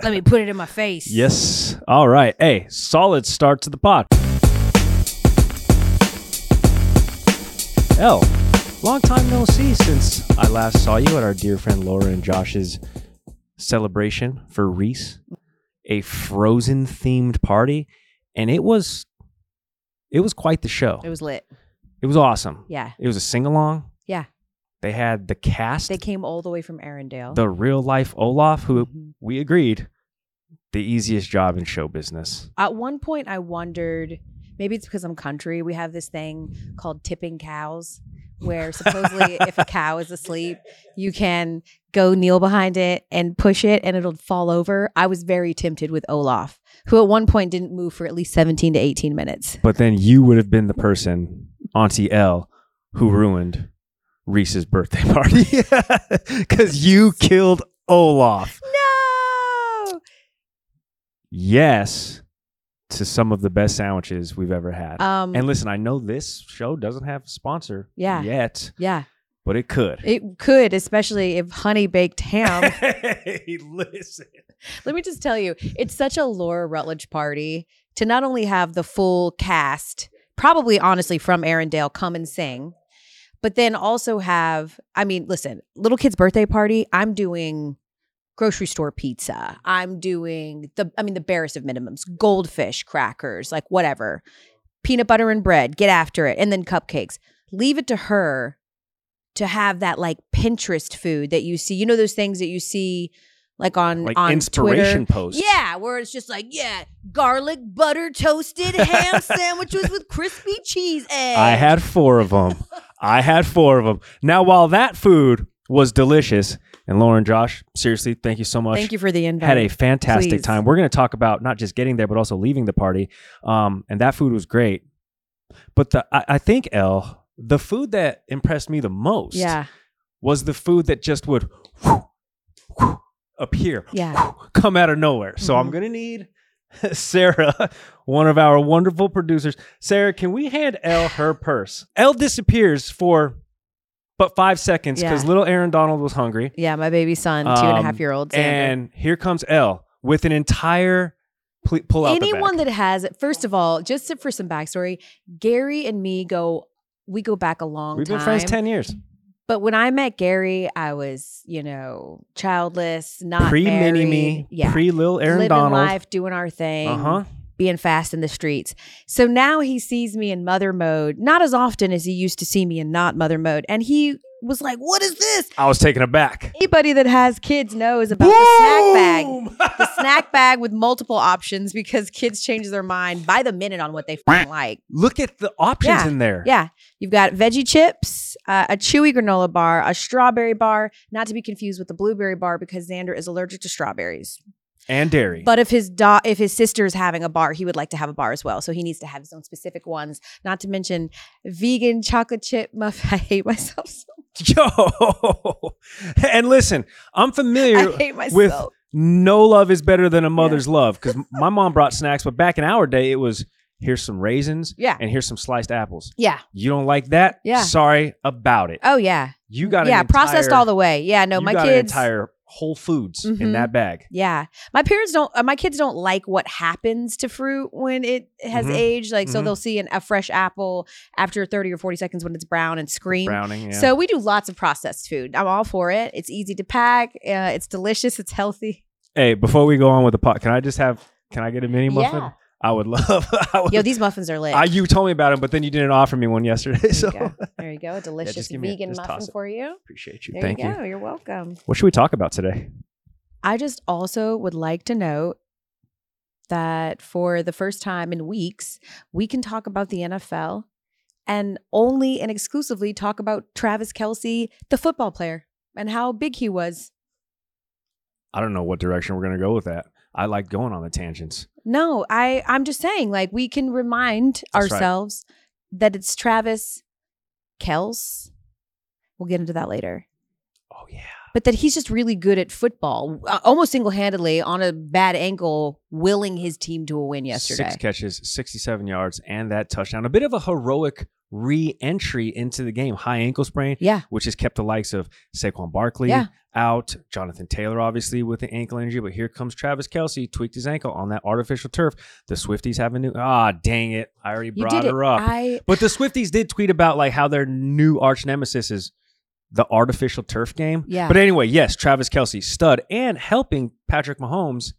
Let me put it in my face. Yes. All right. Hey, solid start to the pod. L, long time no see since I last saw you at our dear friend Laura and Josh's celebration for Reese, a frozen themed party, and it was it was quite the show. It was lit. It was awesome. Yeah. It was a sing along. Yeah. They had the cast, They came all the way from Arendelle. the real life Olaf, who Mhm. we agreed the easiest job in show business. At one point, I wondered maybe it's because I'm country. We have this thing called tipping cows, where supposedly if a cow is asleep, you can go kneel behind it and push it and it'll fall over. I was very tempted with Olaf, who at one point didn't move for at least 17 to 18 minutes. But then you would have been the person, Auntie L, who ruined Reese's birthday party because you killed Olaf. No! Yes, to some of the best sandwiches we've ever had. Um, and listen, I know this show doesn't have a sponsor Yeah. yet, yeah, but it could. it could, especially if honey baked ham. hey, listen. Let me just tell you, it's such a Laura Rutledge party to not only have the full cast, probably honestly from Arendelle, come and sing, but then also have, I mean, listen, little kid's birthday party, I'm doing grocery store pizza. I'm doing the, I mean, the barest of minimums, goldfish, crackers, like whatever, peanut butter and bread, get after it, and then cupcakes. Leave it to her to have that like Pinterest food that you see. You know, those things that you see like on, Like on Twitter? inspiration posts. Yeah, where it's just like, yeah, garlic butter toasted ham sandwiches with crispy cheese egg. I had four of them. I had four of them. Now, while that food was delicious, and Lauren, Josh, seriously, thank you so much. Thank you for the invite. had a fantastic Please. time. We're going to talk about not just getting there, but also leaving the party. Um, and that food was great. But the I, I think L the food that impressed me the most Yeah, was the food that just would whoo, whoo, appear, yeah. whoo, come out of nowhere. So I'm Mhm. going to need Sarah, one of our wonderful producers. Sarah, can we hand L her purse? L disappears for but five seconds because Yeah. little Aaron Donald was hungry. Yeah, my baby son, two and a Um, half year old. Xander. And here comes L with an entire pl- pull out. anyone the that has, first of all, just to- for some backstory, Gary and me go, we go back a long we've time. been friends ten years, But when I met Gary, I was, you know, childless, not pre mini married. me, Yeah. pre Lil Aaron Living Donald. life, doing our thing. Uh huh. being fast in the streets. So now he sees me in mother mode, not as often as he used to see me in not mother mode. And he was like, What is this? I was taken aback. Anybody that has kids knows about the snack bag. Boom! The snack bag with multiple options because kids change their mind by the minute on what they f like. Look at the options Yeah, in there. Yeah. You've got veggie chips, uh, a chewy granola bar, a strawberry bar, not to be confused with the blueberry bar because Xander is allergic to strawberries. And dairy. But if his da- if his sister is having a bar, he would like to have a bar as well. So he needs to have his own specific ones. Not to mention vegan chocolate chip muffin. I hate myself. So Yo. and listen, I'm familiar. I hate myself. with- no love is better than a mother's love because my mom brought snacks, but back in our day, it was here's some raisins yeah. and here's some sliced apples. Yeah. You don't like that? Yeah. Sorry about it. Oh yeah. You got an yeah. processed entire- all the way. Yeah. No, you my got kids. an entire Whole Foods in Mhm. that bag. yeah. My parents don't. Uh, my kids don't like what happens to fruit when it has Mhm. aged. Like so, Mhm. they'll see an, a fresh apple after thirty or forty seconds when it's brown and scream. Browning, yeah. So we do lots of processed food. I'm all for it. It's easy to pack. Uh, it's delicious. It's healthy. hey, before we go on with the pot, can I just have? Can I get a mini muffin? Yeah. I would love. I would, Yo, these muffins are lit. I, you told me about him, but then you didn't offer me one yesterday. There So you go. There you go. A delicious give me a- vegan just toss muffin it. for you. appreciate you. There Thank you you, go. You. are welcome. What should we talk about today? I just also would like to note that for the first time in weeks, we can talk about the NFL and only and exclusively talk about Travis Kelsey, the football player, and how big he was. I don't know what direction we're gonna go with that. I like going on the tangents. No, I I'm just saying, like we can remind That's right. ourselves that it's Travis Kels. We'll get into that later. Oh yeah. but that he's just really good at football, uh, almost single handedly on a bad ankle, willing his team to a win yesterday. Six catches, sixty-seven yards, and that touchdown. A bit of a heroic re-entry into the game. High ankle sprain, yeah, which has kept the likes of Saquon Barkley, Yeah. out. Jonathan Taylor, obviously, with the ankle injury, but here comes Travis Kelsey, tweaked his ankle on that artificial turf. The Swifties have a new. Ah, dang it. I already You brought did it. her up. I but the Swifties did tweet about like how their new arch nemesis is the artificial turf game. Yeah. But anyway, yes, Travis Kelsey, stud, and helping Patrick Mahomes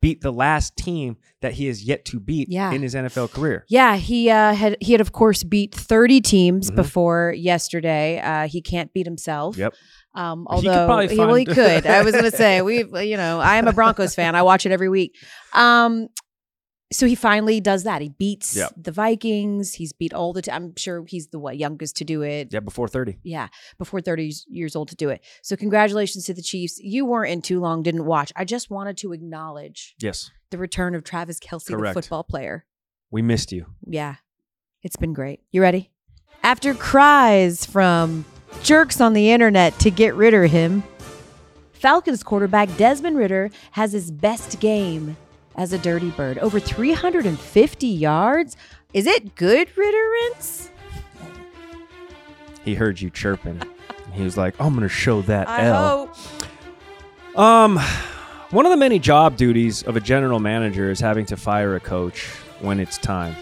beat the last team that he has yet to beat Yeah. in his NFL career. Yeah, he uh, had he had of course beat 30 teams Mhm. before yesterday. Uh, he can't beat himself. Yep. Um, He could although probably he- well, he find- could. I was gonna say we, you know, I am a Broncos fan. I watch it every week. Um, so he finally does that. He beats Yep. the Vikings. He's beat all the. i I'm sure he's the what youngest to do it. Yeah, before 30. Yeah, before 30 years- years old to do it. So congratulations to the Chiefs. You weren't in too long. Didn't watch. I just wanted to acknowledge Yes. the return of Travis Kelsey, Correct. the football player. We missed you. Yeah, it's been great. You ready? After cries from jerks on the internet to get rid of him, Falcons quarterback Desmond Ritter has his best game as a dirty bird. Over 350 yards. Is it good Ritterance? He heard you chirping. he was like, I'm gonna show that I L. hope. Um, one of the many job duties of a general manager is having to fire a coach when it's time,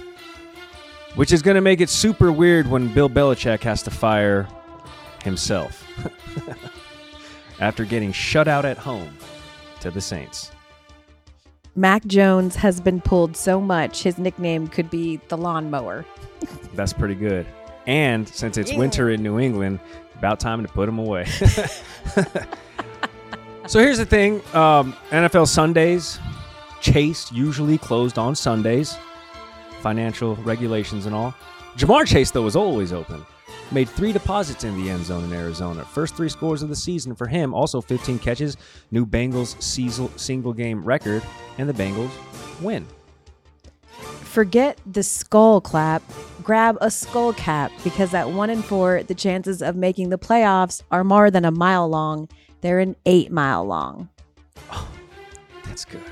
which is going to make it super weird when Bill Belichick has to fire himself after getting shut out at home to the Saints. Mac Jones has been pulled so much, his nickname could be the lawnmower. That's pretty good. And since it's winter in New England, about time to put them away. so here's the thing um, NFL Sundays, Chase usually closed on Sundays, financial regulations and all. Jamar Chase, though, was always open. Made three deposits in the end zone in Arizona. First three scores of the season for him, also 15 catches, new Bengals seasel- single game record, and the Bengals win. Forget the skull clap. Grab a skull cap because at one in four, the chances of making the playoffs are more than a mile long. They're an eight mile long. That's good.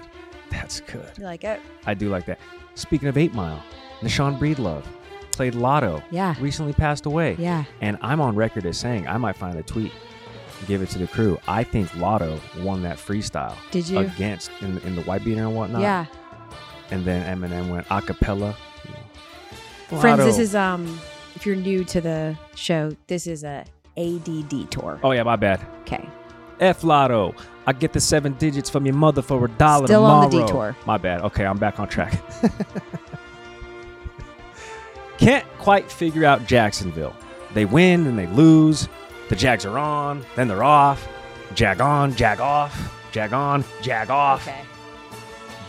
That's good. You like it? I do like that. Speaking of Eight Mile, Nishan Breedlove played Lotto. Yeah. Recently passed away. Yeah. And I'm on record as saying I might find a tweet, give it to the crew. I think Lotto won that freestyle. Did you? Against in, in the white beater and whatnot. Yeah. And then Eminem went a cappella. Friends, this Lotto. is um if you're new to the show, this is a ADD tour. Oh yeah, my bad. Okay. F Lotto. I get the seven digits from your mother for a dollar Still tomorrow. on the detour. My bad. Okay, I'm back on track. Can't quite figure out Jacksonville. They win and they lose. The Jags are on, then they're off. Jag on, jag off, jag on, jag off, Okay.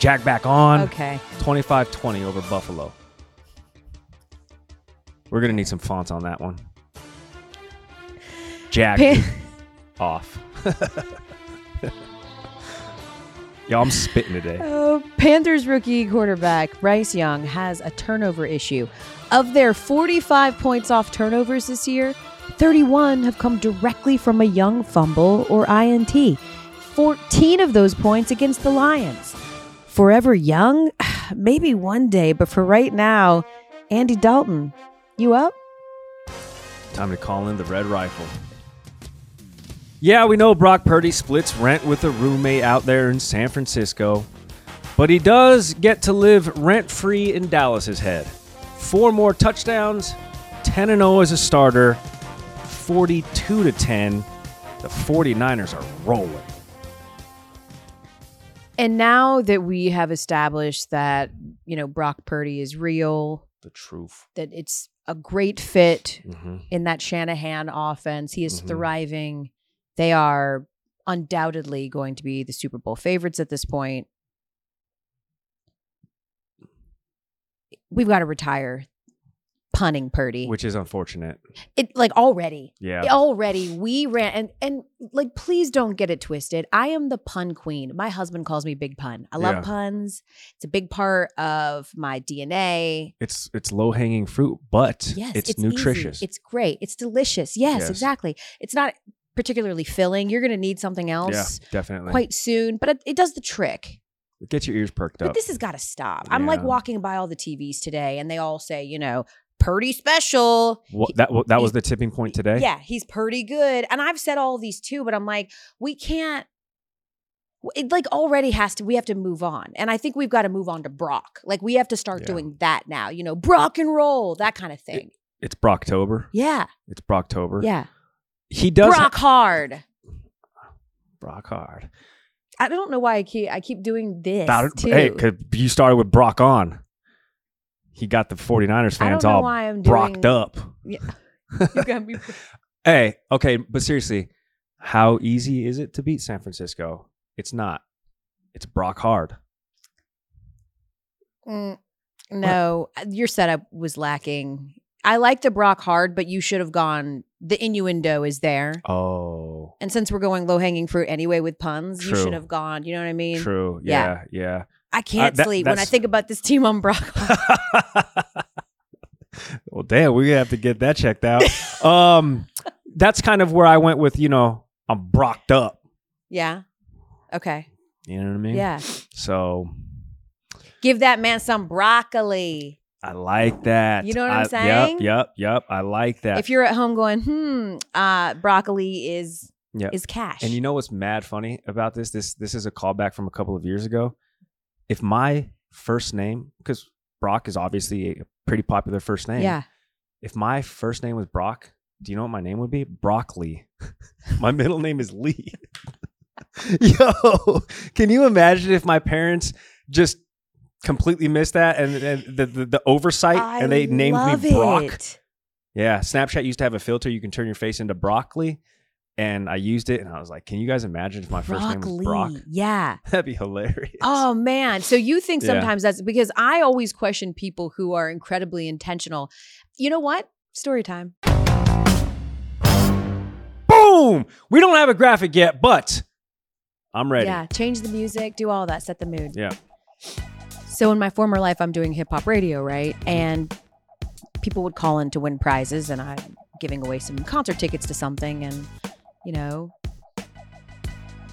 jag back on. Okay. 25 20 over Buffalo. We're going to need some fonts on that one. Jag Pa- off. Y'all, I'm spitting today. Uh, Panthers rookie quarterback Bryce Young has a turnover issue. Of their 45 points off turnovers this year, 31 have come directly from a Young fumble or INT. 14 of those points against the Lions. Forever Young? Maybe one day, but for right now, Andy Dalton, you up? Time to call in the red rifle. Yeah, we know Brock Purdy splits rent with a roommate out there in San Francisco, but he does get to live rent free in Dallas's head. Four more touchdowns, 10 and 0 as a starter, 42 to 10. The 49ers are rolling. And now that we have established that, you know, Brock Purdy is real, The truth. that it's a great fit Mm-hmm. in that Shanahan offense. He is Mhm. thriving. They are undoubtedly going to be the Super Bowl favorites at this point. We've got to retire punning Purdy. Which is unfortunate. it like already. Yeah. Already we ran and and like please don't get it twisted. I am the pun queen. My husband calls me big pun. I love Yeah. puns. It's a big part of my DNA. It's it's low hanging fruit, but Yes, it's, easy. nutritious. It's great. It's delicious. Yes, Yes. exactly. It's not particularly filling. You're going to need something else yeah, definitely. quite soon, but it, it does the trick. Get your ears perked But up. this has got to stop. I'm like Yeah. walking by all the TVs today, and they all say, you know, pretty special. What, that wa- that was the tipping point today. Yeah, he's pretty good. And I've said all these too, but I'm like, we can't. It like already has to. We have to move on, and I think we've got to move on to Brock. Like we have to start Yeah. doing that now. You know, Brock and roll, that kind of thing. It's Brocktober. yeah, It's Brocktober. yeah. He does Brock hard. Brock hard. I don't know why I keep I keep doing this That- too. hey, 'cause you started with Brock on. He got the 49ers I don't fans know all why I'm doing. Brocked up. You got me- Hey, okay, but seriously, how easy is it to beat San Francisco? It's not. It's Brock hard. Mm, no, uh, your setup was lacking. I like the Brock hard, but you should have gone. The innuendo is there. Oh, And since we're going low hanging fruit anyway with puns, you True. should have gone. You know what I mean? true. Yeah, yeah. yeah. I can't that- sleep when I that's- think about this team on Brock. well, damn, we're gonna have to get that checked out. um, that's kind of where I went with. You know, I'm Brocked up. yeah. Okay. You know what I mean? Yeah. So Give that man some broccoli. I like that. You know what I'm I- saying? Yep, yep, yep. I like that. If you're at home going, hmm, uh, broccoli is Yep. is cash. And you know what's mad funny about this? This this is a callback from a couple of years ago. If my first name, because Brock is obviously a pretty popular first name. yeah. If my first name was Brock, do you know what my name would be? Broccoli. my middle name is Lee. Yo, can you imagine if my parents just completely missed that and, and the, the the oversight I and they named love me Brock? it. Yeah, Snapchat used to have a filter you can turn your face into broccoli, and I used it, and I was like, "Can you guys imagine if my first name was Broccoli. Brock? Yeah. That'd be hilarious." Oh man. So you think Yeah. sometimes that's because I always question people who are incredibly intentional. You know what? Story time. boom! We don't have a graphic yet, but I'm ready. Yeah, change the music, do all that, set the mood. Yeah. So in my former life, I'm doing hip hop radio, right? And people would call in to win prizes, and I'm giving away some concert tickets to something, and you know,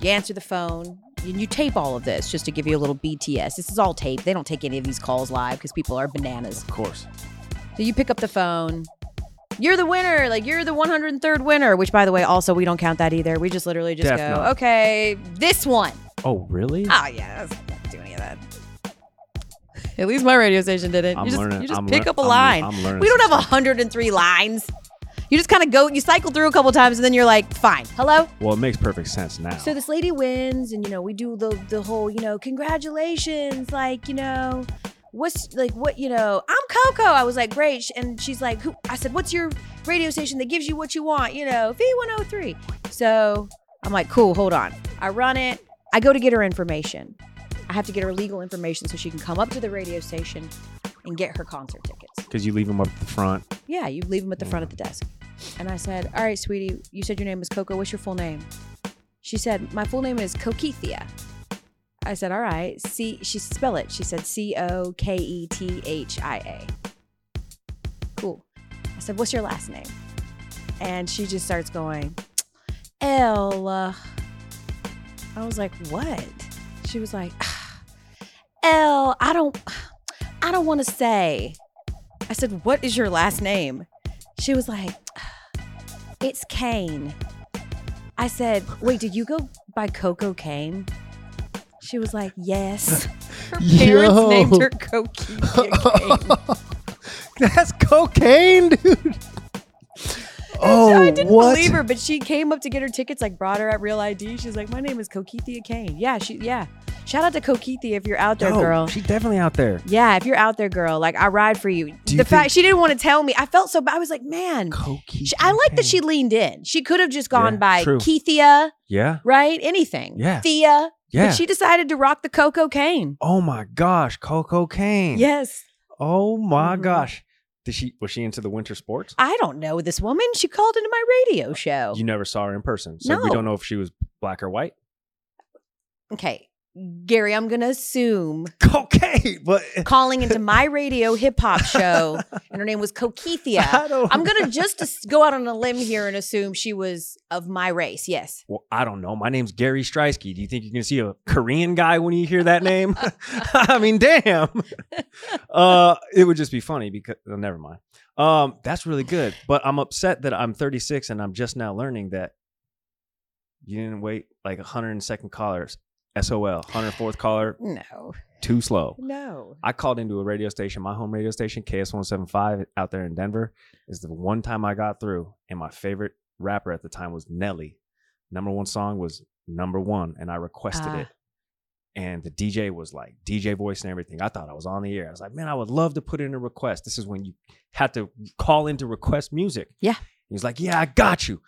you answer the phone. And you tape all of this just to give you a little BTS. This is all tape. They don't take any of these calls live because people are bananas. Of course. So you pick up the phone. You're the winner. Like you're the 103rd winner, which by the way, also we don't count that either. We just literally just Def go, not. okay, this one. Oh, really? Oh yeah, I don't do any of that. At least my radio station didn't. I'm you just, learning. you just I'm pick lear- up a I'm- line. I'm learning we don't some have stuff. 103 lines. You just kind of go, you cycle through a couple times, and then you're like, fine, hello. Well, it makes perfect sense now. So this lady wins, and you know, we do the the whole, you know, congratulations, like you know, what's like what you know, I'm Coco. I was like, great, Sh- and she's like, who? I said, what's your radio station that gives you what you want? You know, V103. So I'm like, cool, hold on. I run it. I go to get her information. I have to get her legal information so she can come up to the radio station and get her concert tickets. because you leave them up at the front. Yeah, you leave them at the front of the desk. And I said, All right, sweetie, you said your name was Coco. What's your full name? She said, My full name is Coquethia. I said, All right. C she spell it. She said C O K E T H I A. Cool. I said, What's your last name? And she just starts going, Ella. I was like, What? She was like, L, I don't I don't want to say. I said, What is your last name? She was like, It's Kane. I said, Wait, did you go by Coco Kane? She was like, Yes. Her parents Yo. named her Coquita Kane. That's cocaine, dude. Oh, I didn't what? believe her, but she came up to get her tickets, like brought her at Real ID. She's like, My name is Coquithia Kane. Yeah, she yeah. Shout out to Coquithia if you're out there, Yo, girl. She's definitely out there. Yeah, if you're out there, girl, like I ride for you. you the think- fact she didn't want to tell me, I felt so bad. I was like, man, Cocaine. she, I like that she leaned in. She could have just gone Yeah, by true. Keithia, Yeah. right? Anything. Yeah. Thea. Yeah. But she decided to rock the Coco Cane. oh my gosh, Coco Kane. Yes. Oh my Mhm. gosh. Did she was she into the winter sports? I don't know this woman. She called into my radio show. You never saw her in person. So we Oh. No. don't know if she was black or white. okay. Gary, I'm going to assume Okay, but calling into my radio hip hop show, and her name was Coquethia. I don't. I'm going to just as- go out on a limb here and assume she was of my race. Yes. Well, I don't know. My name's Gary Streisky. Do you think you're going to see a Korean guy when you hear that name? I mean, damn. Uh, it would just be funny because, oh, never mind. Um, that's really good. But I'm upset that I'm 36 and I'm just now learning that you didn't wait like 102nd callers, SOL, 104th caller, No. too slow. No. I called into a radio station, my home radio station, KS175 out there in Denver, is the one time I got through. And my favorite rapper at the time was Nelly. Number one song was number one, and I requested Ah. it. And the DJ was like, DJ voice and everything. I thought I was on the air. I was like, man, I would love to put in a request. This is when you had to call in to request music. Yeah. He was like, yeah, I got you.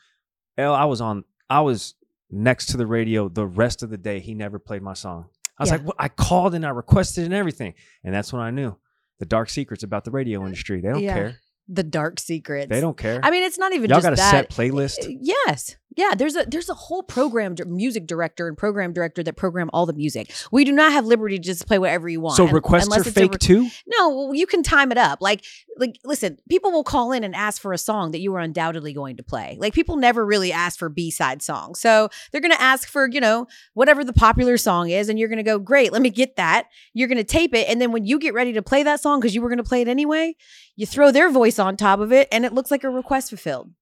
L, I was on, I was next to the radio the rest of the day. He never played my song. I was Yeah. like, well, I called and I requested and everything. And that's when I knew the dark secrets about the radio industry. They don't Yeah. care. The dark secrets. They don't care. I mean, it's not even Y'all just got a that. Uh, set playlist. Yes. Yeah, there's a there's a whole program di- music director and program director that program all the music. We do not have liberty to just play whatever you want. So un- requests are unless it's a fake re- too. no, well, you can time it up. Like like listen, people will call in and ask for a song that you are undoubtedly going to play. Like people never really ask for B-side songs. So they're going to ask for, you know, whatever the popular song is and you're going to go, "Great, let me get that." You're going to tape it and then when you get ready to play that song cuz you were going to play it anyway, you throw their voice on top of it and it looks like a request fulfilled.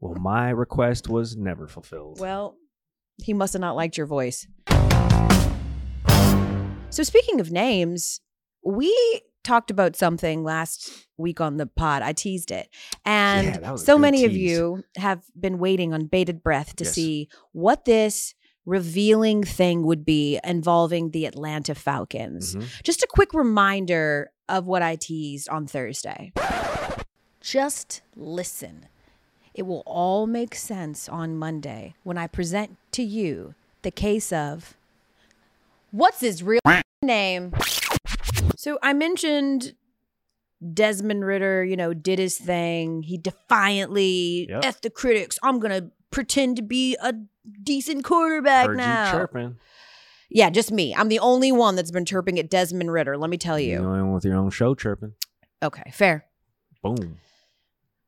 Well, my request was never fulfilled. Well, he must have not liked your voice. So, speaking of names, we talked about something last week on the pod. I teased it. And Yeah, that was a so good many of tease. you have been waiting on bated breath to Yes. see what this revealing thing would be involving the Atlanta Falcons. Mhm. Just a quick reminder of what I teased on Thursday. Just listen. It will all make sense on Monday when I present to you the case of what's his real name? So I mentioned Desmond Ritter, you know, did his thing. He defiantly, Yep. F the critics. I'm going to pretend to be a decent quarterback Heard now. you chirping. Yeah, just me. I'm the only one that's been chirping at Desmond Ritter, let me tell You you. know, anyone with your own show chirping. Okay, fair. Boom.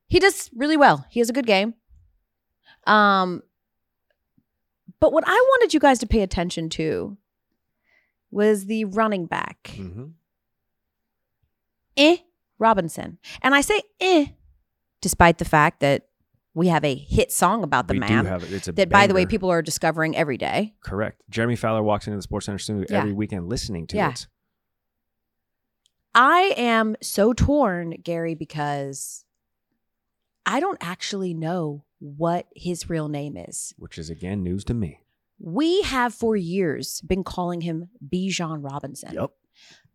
He does really well. He has a good game. Um but what I wanted you guys to pay attention to was the running back, hmm Eh Robinson. And I say eh despite the fact that we have a hit song about the we man do have it. It's a that by the way banger. people are discovering every day. correct. Jeremy Fowler walks into the Sports Center studio Yeah. every weekend listening to Yeah. it. I am so torn, Gary, because I don't actually know what his real name is. which is again news to me. We have for years been calling him Bijan Robinson.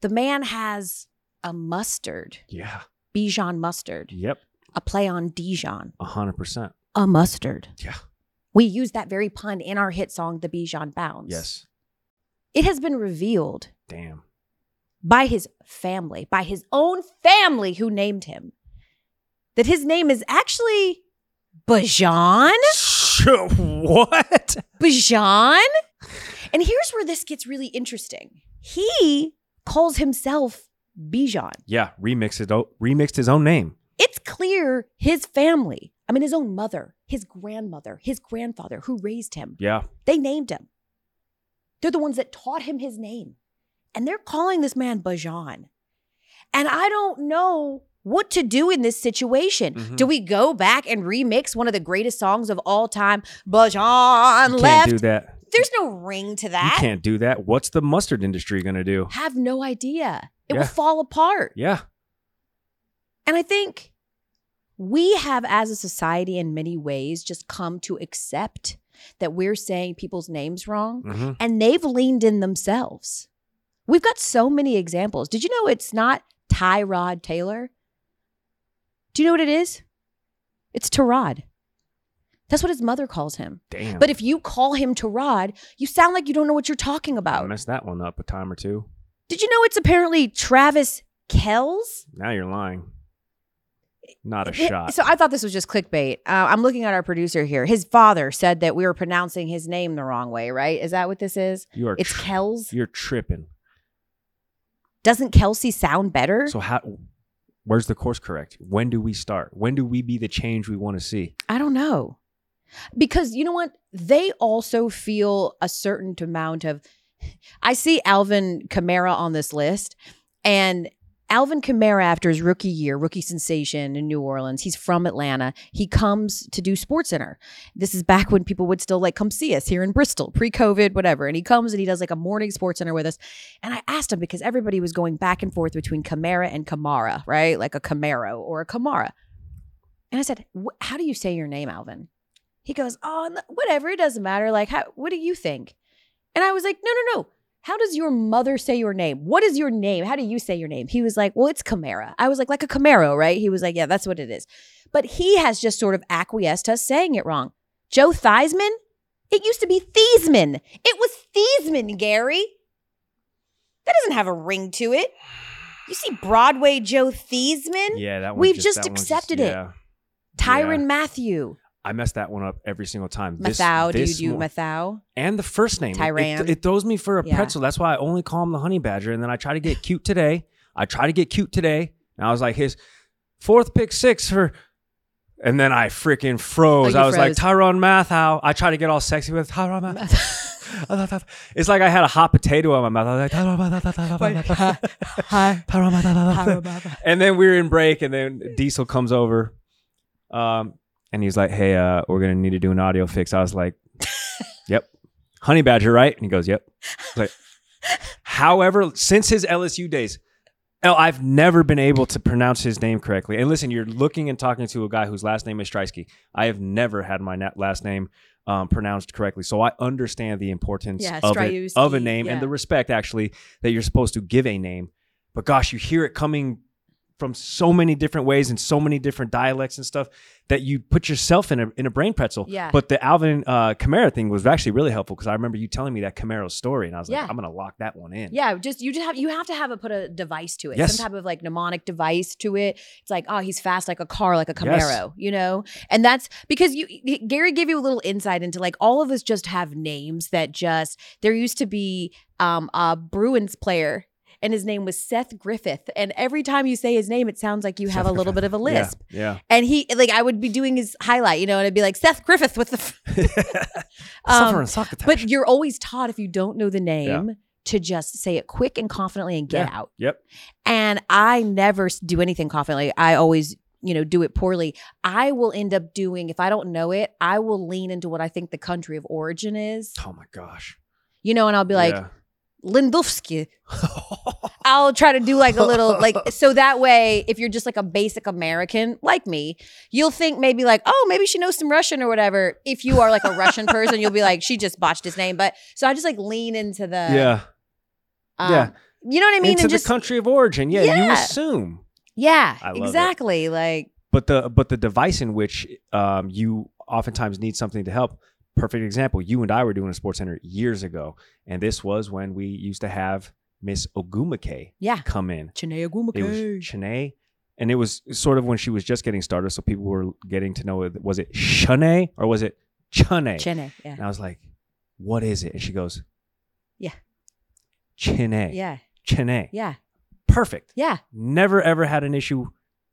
The man has a mustard, Yeah. Bijan mustard, Yep. a play on Dijon, A hundred percent. a mustard. Yeah. We use that very pun in our hit song, The Bijan Bounce. Yes. It has been revealed Damn. by his family, by his own family who named him, that his name is actually Bajan. what? Bajan? And here's where this gets really interesting. He calls himself Bijan. Yeah. Remixed it. o- Remixed his own name. It's clear his family, I mean, his own mother, his grandmother, his grandfather who raised him, Yeah. they named him. They're the ones that taught him his name. And they're calling this man Bajan. And I don't know what to do in this situation. Mhm. Do we go back and remix one of the greatest songs of all time, Bajan You Left? can't do that. There's no ring to that. You can't do that. What's the mustard industry gonna do? have no idea. It Yeah. will fall apart. Yeah. And I think we have, as a society, in many ways, just come to accept that we're saying people's names wrong hmm and they've leaned in themselves. We've got so many examples. Did you know it's not Tyrod Taylor? Do you know what it is? It's Tyrod. That's what his mother calls him. Damn. But if you call him Tyrod, you sound like you don't know what you're talking I about. messed that one up a time or two. Did you know it's apparently Travis Kells? Now you're lying. Not a Yeah, shot. So I thought this was just clickbait. Uh, I'm looking at our producer here. His father said that we were pronouncing his name the wrong way, right? Is that what this is? You are It's tri- Kels. you're tripping. Doesn't Kelsey sound better? So how? Where's the course correct? When do we start? When do we be the change we want to see? I don't know. Because you know what? They also feel a certain amount of. I see Alvin Kamara on this list, and Alvin Kamara, after his rookie year, rookie sensation in New Orleans, he's from Atlanta. He comes to do Sports Center. This is back when people would still like come see us here in Bristol, pre COVID, whatever. And he comes and he does like a morning Sports Center with us. And I asked him because everybody was going back and forth between Kamara and Kamara, right? Like a Camaro or a Kamara. And I said, "Wh- "How do you say your name, Alvin?" He goes, "Oh, n- whatever. It doesn't matter. Like, how, what do you think?" And I was like, "No, no, no. How does your mother say your name? What is your name? How do you say your name?" He was like, "Well, it's Camara." I was like, "Like a Camaro, right?" He was like, "Yeah, that's what it is." But he has just sort of acquiesced to us saying it wrong. Joe Theismann. It used to be Thiesman. It was Thiesman, Gary. That doesn't have a ring to it. You see Broadway Joe Thiesman? Yeah, that one. We've just, just that one accepted it. yeah. Tyron Yeah. Matthew. I mess that one up every single time. This- Mathau, this do you do mo- Mathau? and the first name. It- it- Tyran. It, throws me for a Yeah. pretzel. That's why I only call him the honey badger. And then I try to get cute today. I try to get cute today. And I was like, his fourth pick six for. And then I freaking froze. Oh, you I was like, froze. Tyron Mathau. I try to get all sexy with Tyron Mathau. it's like I had a hot potato in my mouth. I was like, Tyron Mathau. Tyron Mathau, Hi. Tyron Mathau. And then we were in break, and then Diesel comes over, um, and he's like, "Hey, uh, we're gonna need to do an audio fix." I was like, "Yep, Honey Badger, right?" And he goes, "Yep." I was like, however, since his LSU days, no, I've never been able to pronounce his name correctly. And listen, you're looking and talking to a guy whose last name is Streisky. I have never had my na- last name um, pronounced correctly, so I understand the importance Yeah, of, it, of a Stryeusky, name yeah. and the respect actually that you're supposed to give a name. But gosh, you hear it coming from so many different ways and so many different dialects and stuff that you put yourself in a in a brain pretzel. Yeah. But the Alvin uh, Kamara thing was actually really helpful because I remember you telling me that Camaro story, and I was Yeah. like, I'm gonna lock that one in. Yeah, just you just have you have to have a put a device to it, Yes. some type of like mnemonic device to it. It's like, oh, he's fast like a car, like a Yes. Camaro, you know. And that's because you Gary gave you a little insight into like all of us just have names that just there used to be um a Bruins player. And his name was Seth Griffith. And every time you say his name, it sounds like you have a Seth little bit Griffin. of a Yeah, lisp. Yeah. And he, like, I would be doing his highlight, you know, and I'd be like, Seth Griffith with the. F-. Suffer and suck Um, But attach. you're always taught if you don't know the name to just say it quick and confidently and get out. Yep. And I never s- do anything confidently. I always, you know, do it poorly. I will end up doing if I don't know it, I will lean into what I think the country of origin is. Oh my gosh. You know, and I'll be like uh, Yeah. Lindowski. I'll try to do like a little like so that way if you're just like a basic American like me, you'll think maybe like, oh, maybe she knows some Russian or whatever. If you are like a Russian person, you'll be like, she just botched his name. But so I just like lean into the yeah. um, yeah. You know what I mean? Into and the just country of origin. Yeah, You Yeah. assume. yeah, I love it. exactly. Like but the but the device in which um, you oftentimes need something to help perfect example you and i were doing a sports center years ago and this was when we used to have miss ogumake Yeah. come in Chinea it was Chanae, and it was sort of when she was just getting started so people were getting to know it was it Shanae or was it Chanae? Chine, yeah, and i was like what is it and she goes Yeah. Chine. yeah, Chine. yeah, Perfect yeah. never ever had an issue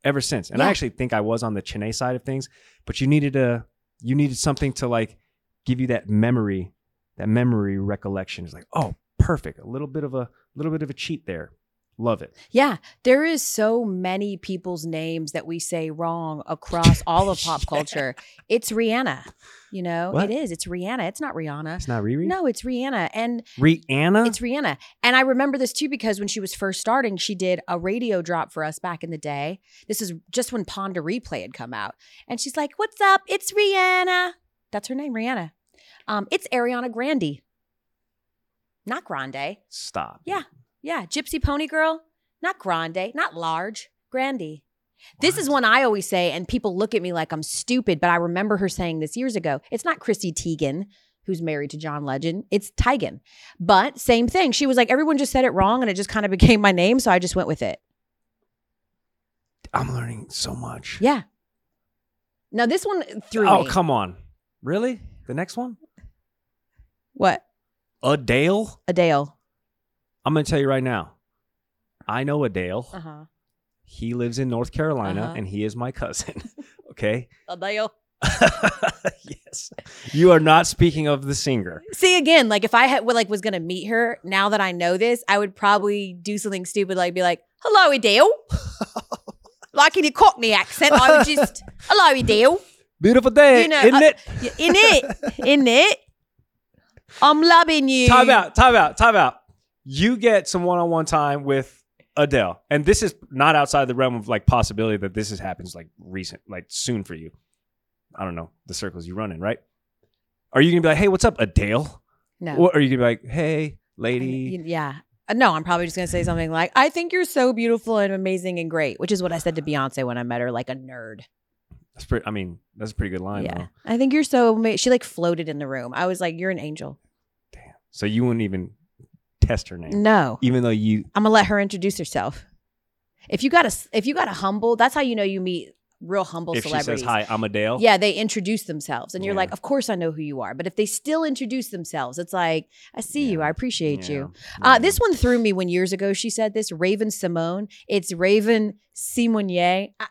ever since. And I Yeah. actually think I was on the Chennai side of things, but you needed a you needed something to like give you that memory, that memory recollection. It's like, oh, perfect. A little bit of a little bit of a cheat there. Love it. Yeah, there is so many people's names that we say wrong across all of pop Yeah. culture. It's Rihanna, you know. What? It is. It's Rihanna. It's not Rihanna. It's not Riri. No, it's Rihanna, and Rihanna. it's Rihanna. And I remember this too because when she was first starting, she did a radio drop for us back in the day. This is just when Ponda Replay had come out, and she's like, "What's up? It's Rihanna." That's her name, Rihanna. Um, it's Ariana Grande, not Grande. Stop. Yeah. Yeah, Gypsy Pony Girl, not grande, not large, grandy. This is What? one I always say, and people look at me like I'm stupid, but I remember her saying this years ago. It's not Chrissy Teigen, who's married to John Legend, it's Teigen. But same thing. She was like, everyone just said it wrong, and it just kind of became my name, so I just went with it. I'm learning so much. Yeah. Now this one threw Oh, me. come on. Really? The next one? What? Adele? Adele. I'm going to tell you right now. I know Adele. Uh-huh. He lives in North Carolina Uh-huh. and he is my cousin. okay? Adele. yes. You are not speaking of the singer. See again, like if I had like was gonna meet her, now that I know this, I would probably do something stupid like be like, "Hello, Adele," like in a Cockney accent. I would just, "Hello, Adele," Beautiful day, You know, isn't I- it? Y- in it, in it. I'm loving you. Time out, time out, time out. You get some one on one time with Adele. And this is not outside the realm of like possibility that this is happens like recent, like soon for you. I don't know the circles you run in, right? Are you gonna be like, hey, what's up, Adele? No. Or are you gonna be like, hey, I mean, lady? y- yeah. Uh, No, I'm probably just gonna say something like, "I think you're so beautiful and amazing and great," which is what I said to Beyonce when I met her, like a nerd. That's pretty, I mean, that's a pretty good line. yeah, though. I think you're so. Ama- she like floated in the room. I was like, "You're an angel." So you wouldn't even test her name, No, even though you I'm gonna let her introduce herself. If you got a s- if you got a humble, that's how you know you meet real humble if she celebrities. says hi, I'm Adele. Yeah, they introduce themselves, and you're Yeah. like, "Of course, I know who you are." But if they still introduce themselves, it's like, "I see you. Yeah. I appreciate you." Yeah. Uh, this one threw me when years ago she said this Raven Simone. It's Raven Simonier. I-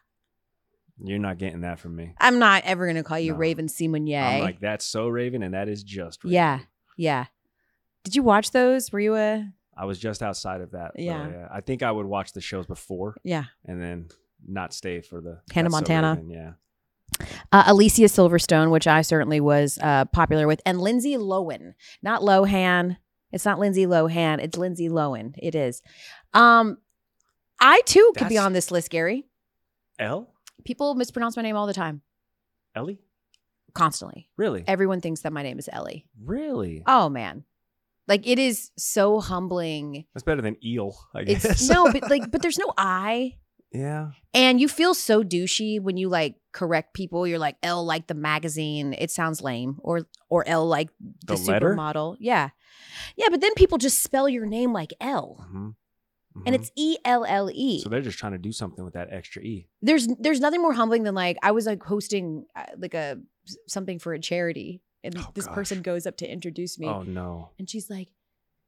You're not getting that from me. I'm not ever going to call you No. Raven Simonier. I'm like, that's so Raven, and that is just Raven. yeah, yeah. Did you watch those? Were you a. I was just outside of that. though, Yeah. I think I would watch the shows before Yeah. and then not stay for the Hannah That's So Montana. Raven, yeah. Uh, Alicia Silverstone, which I certainly was uh, popular with, and Lindsay Lohan. Not Lohan. It's not Lindsay Lohan. It's Lindsay Lohan. It is. Um, I too could be That's- on this list, Gary. Elle? People mispronounce my name all the time, Ellie? constantly. Really? Everyone thinks that my name is Ellie. really? Oh man. Like it is so humbling. That's better than eel, I guess. It's no, but like but there's no I. yeah. And you feel so douchey when you like correct people. You're like L like the magazine. It sounds lame. Or or L like the, The letter? supermodel. Yeah. Yeah, but then people just spell your name like L. Mm-hmm. And it's E L L E. so they're just trying to do something with that extra E. There's there's nothing more humbling than like I was like hosting uh, like a something for a charity and Oh, this gosh. person goes up to introduce me Oh no. and she's like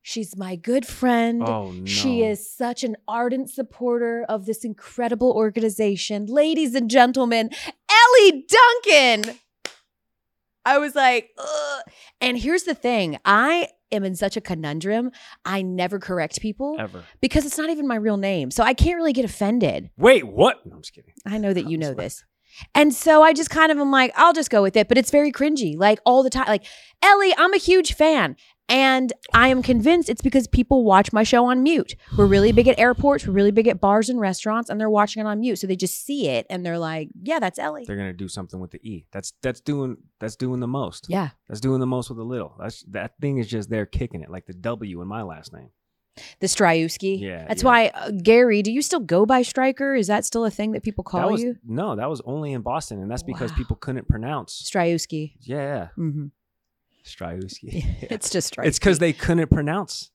she's my good friend. Oh no. She is such an ardent supporter of this incredible organization. Ladies and gentlemen, Ellie Duncan. I was like, Ugh. and here's the thing I am in such a conundrum. I never correct people ever. because it's not even my real name. So I can't really get offended. Wait, what? No, I'm just kidding. I know that you I'm know sorry. this. And so I just kind of am like, I'll just go with it. But it's very cringy, like all the time. Like, Ellie, I'm a huge fan. And I am convinced it's because people watch my show on mute. We're really big at airports, we're really big at bars and restaurants, and they're watching it on mute. So they just see it and they're like, yeah, that's Ellie. They're gonna do something with the E. That's that's doing that's doing the most. Yeah. That's doing the most with the little. That's that thing is just there kicking it, like the W in my last name. The Stryuski. Yeah, That's yeah. why, uh, Gary, do you still go by Striker? Is that still a thing that people That call was- you? No, that was only in Boston, and that's because Wow. people couldn't pronounce. Stryuski. Yeah, hmm Stryuski. It's just Stryuski. It's because they couldn't pronounce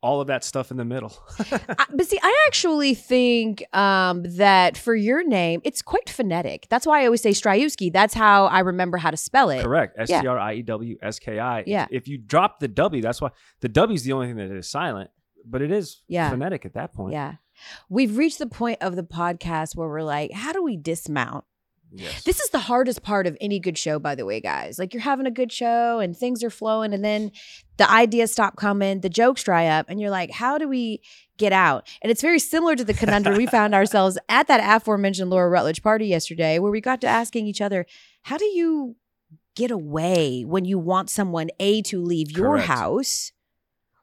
all of that stuff in the middle. I, but see, I actually think um, that for your name, it's quite phonetic. That's why I always say Stryuski. That's how I remember how to spell it. Correct. S Eh, Yeah. T R I E W S K I. If- Yeah. If you drop the W, that's why the W is the only thing that is silent, but it is Yeah. phonetic at that point. Yeah. We've reached the point of the podcast where we're like, how do we dismount? Yes. This is the hardest part of any good show, by the way, guys. Like you're having a good show and things are flowing, and then the ideas stop coming, the jokes dry up, and you're like, how do we get out? And it's very similar to the conundrum we found ourselves at that aforementioned Laura Rutledge party yesterday, where we got to asking each other, how do you get away when you want someone A to leave your Correct. house?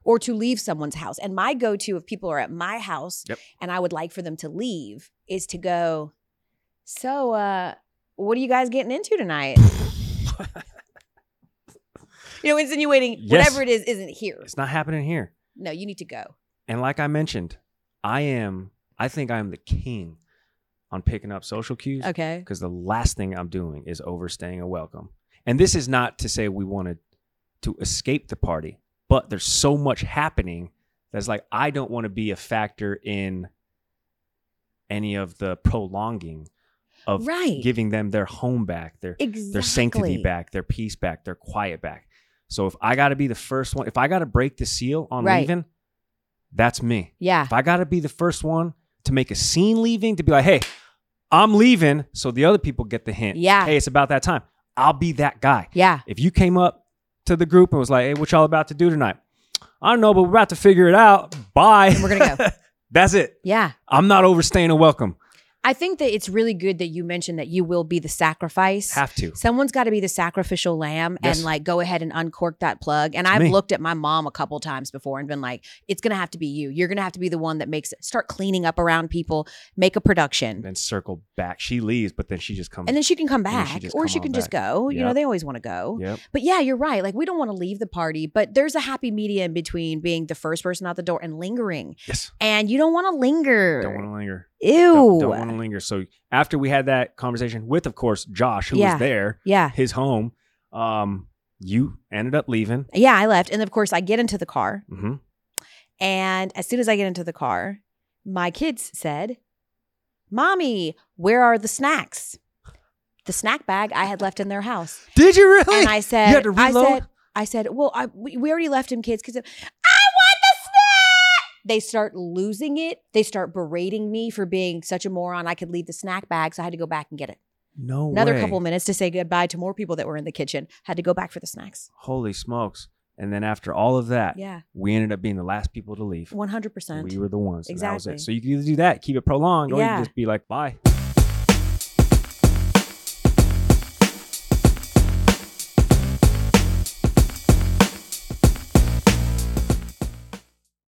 Or to leave someone's house. And my go to, if people are at my house Yep. and I would like for them to leave, is to go, so, uh, what are you guys getting into tonight? You know, insinuating Yes. whatever it is isn't here. it's not happening here. No, you need to go. And like I mentioned, I am, I think I am the king on picking up social cues. Okay. because the last thing I'm doing is overstaying a welcome. And this is not to say we wanted to escape the party, but there's so much happening that's like I don't want to be a factor in any of the prolonging of right. giving them their home back, their exactly. their sanctity back, their peace back, their quiet back. So if I got to be the first one, if I got to break the seal on Right. leaving, that's me. Yeah. If I got to be the first one to make a scene leaving, to be like, hey, I'm leaving, so the other people get the hint. Yeah. Hey, it's about that time. I'll be that guy. Yeah. If you came up to the group and was like, hey, what y'all about to do tonight? I don't know, but we're about to figure it out. Bye. We're gonna go. That's it. Yeah. I'm not overstaying a welcome. I think that it's really good that you mentioned that you will be the sacrifice. Have to. Someone's got to be the sacrificial lamb Yes. and like go ahead and uncork that plug. And I've me. looked at my mom a couple times before and been like, it's going to have to be you. You're going to have to be the one that makes start cleaning up around people, make a production. Then circle back. She leaves, but then she just comes. And then she can come Mm-hmm. And then back she just or come she on can just back. go. You know, Yep. they always want to go. yep. But yeah, you're right. Like we don't want to leave the party, but there's a happy medium between being the first person out the door and lingering. Yes. And you don't want to linger. Don't want to linger. Ew. Don't, want to linger. So after we had that conversation with, of course, Josh, who Yeah. was there, yeah. his home, um, you ended up leaving. Yeah, I left. And of course, I get into the car. hmm And as soon as I get into the car, my kids said, Mommy, where are the snacks? The snack bag I had left in their house. Did you really? And I said, you had to I reload. said, I said, well, I, we, we already left him kids because I want the snack. They start losing it. They start berating me for being such a moron. I could leave the snack bag. So I had to go back and get it. no Another way. couple minutes to say goodbye to more people that were in the kitchen. Had to go back for the snacks. Holy smokes! And then after all of that, Yeah, we ended up being the last people to leave. 100%. Uh, We were the ones. and that was Exactly. it. So you can either do that, keep it prolonged, or you Yeah. can just be like, bye.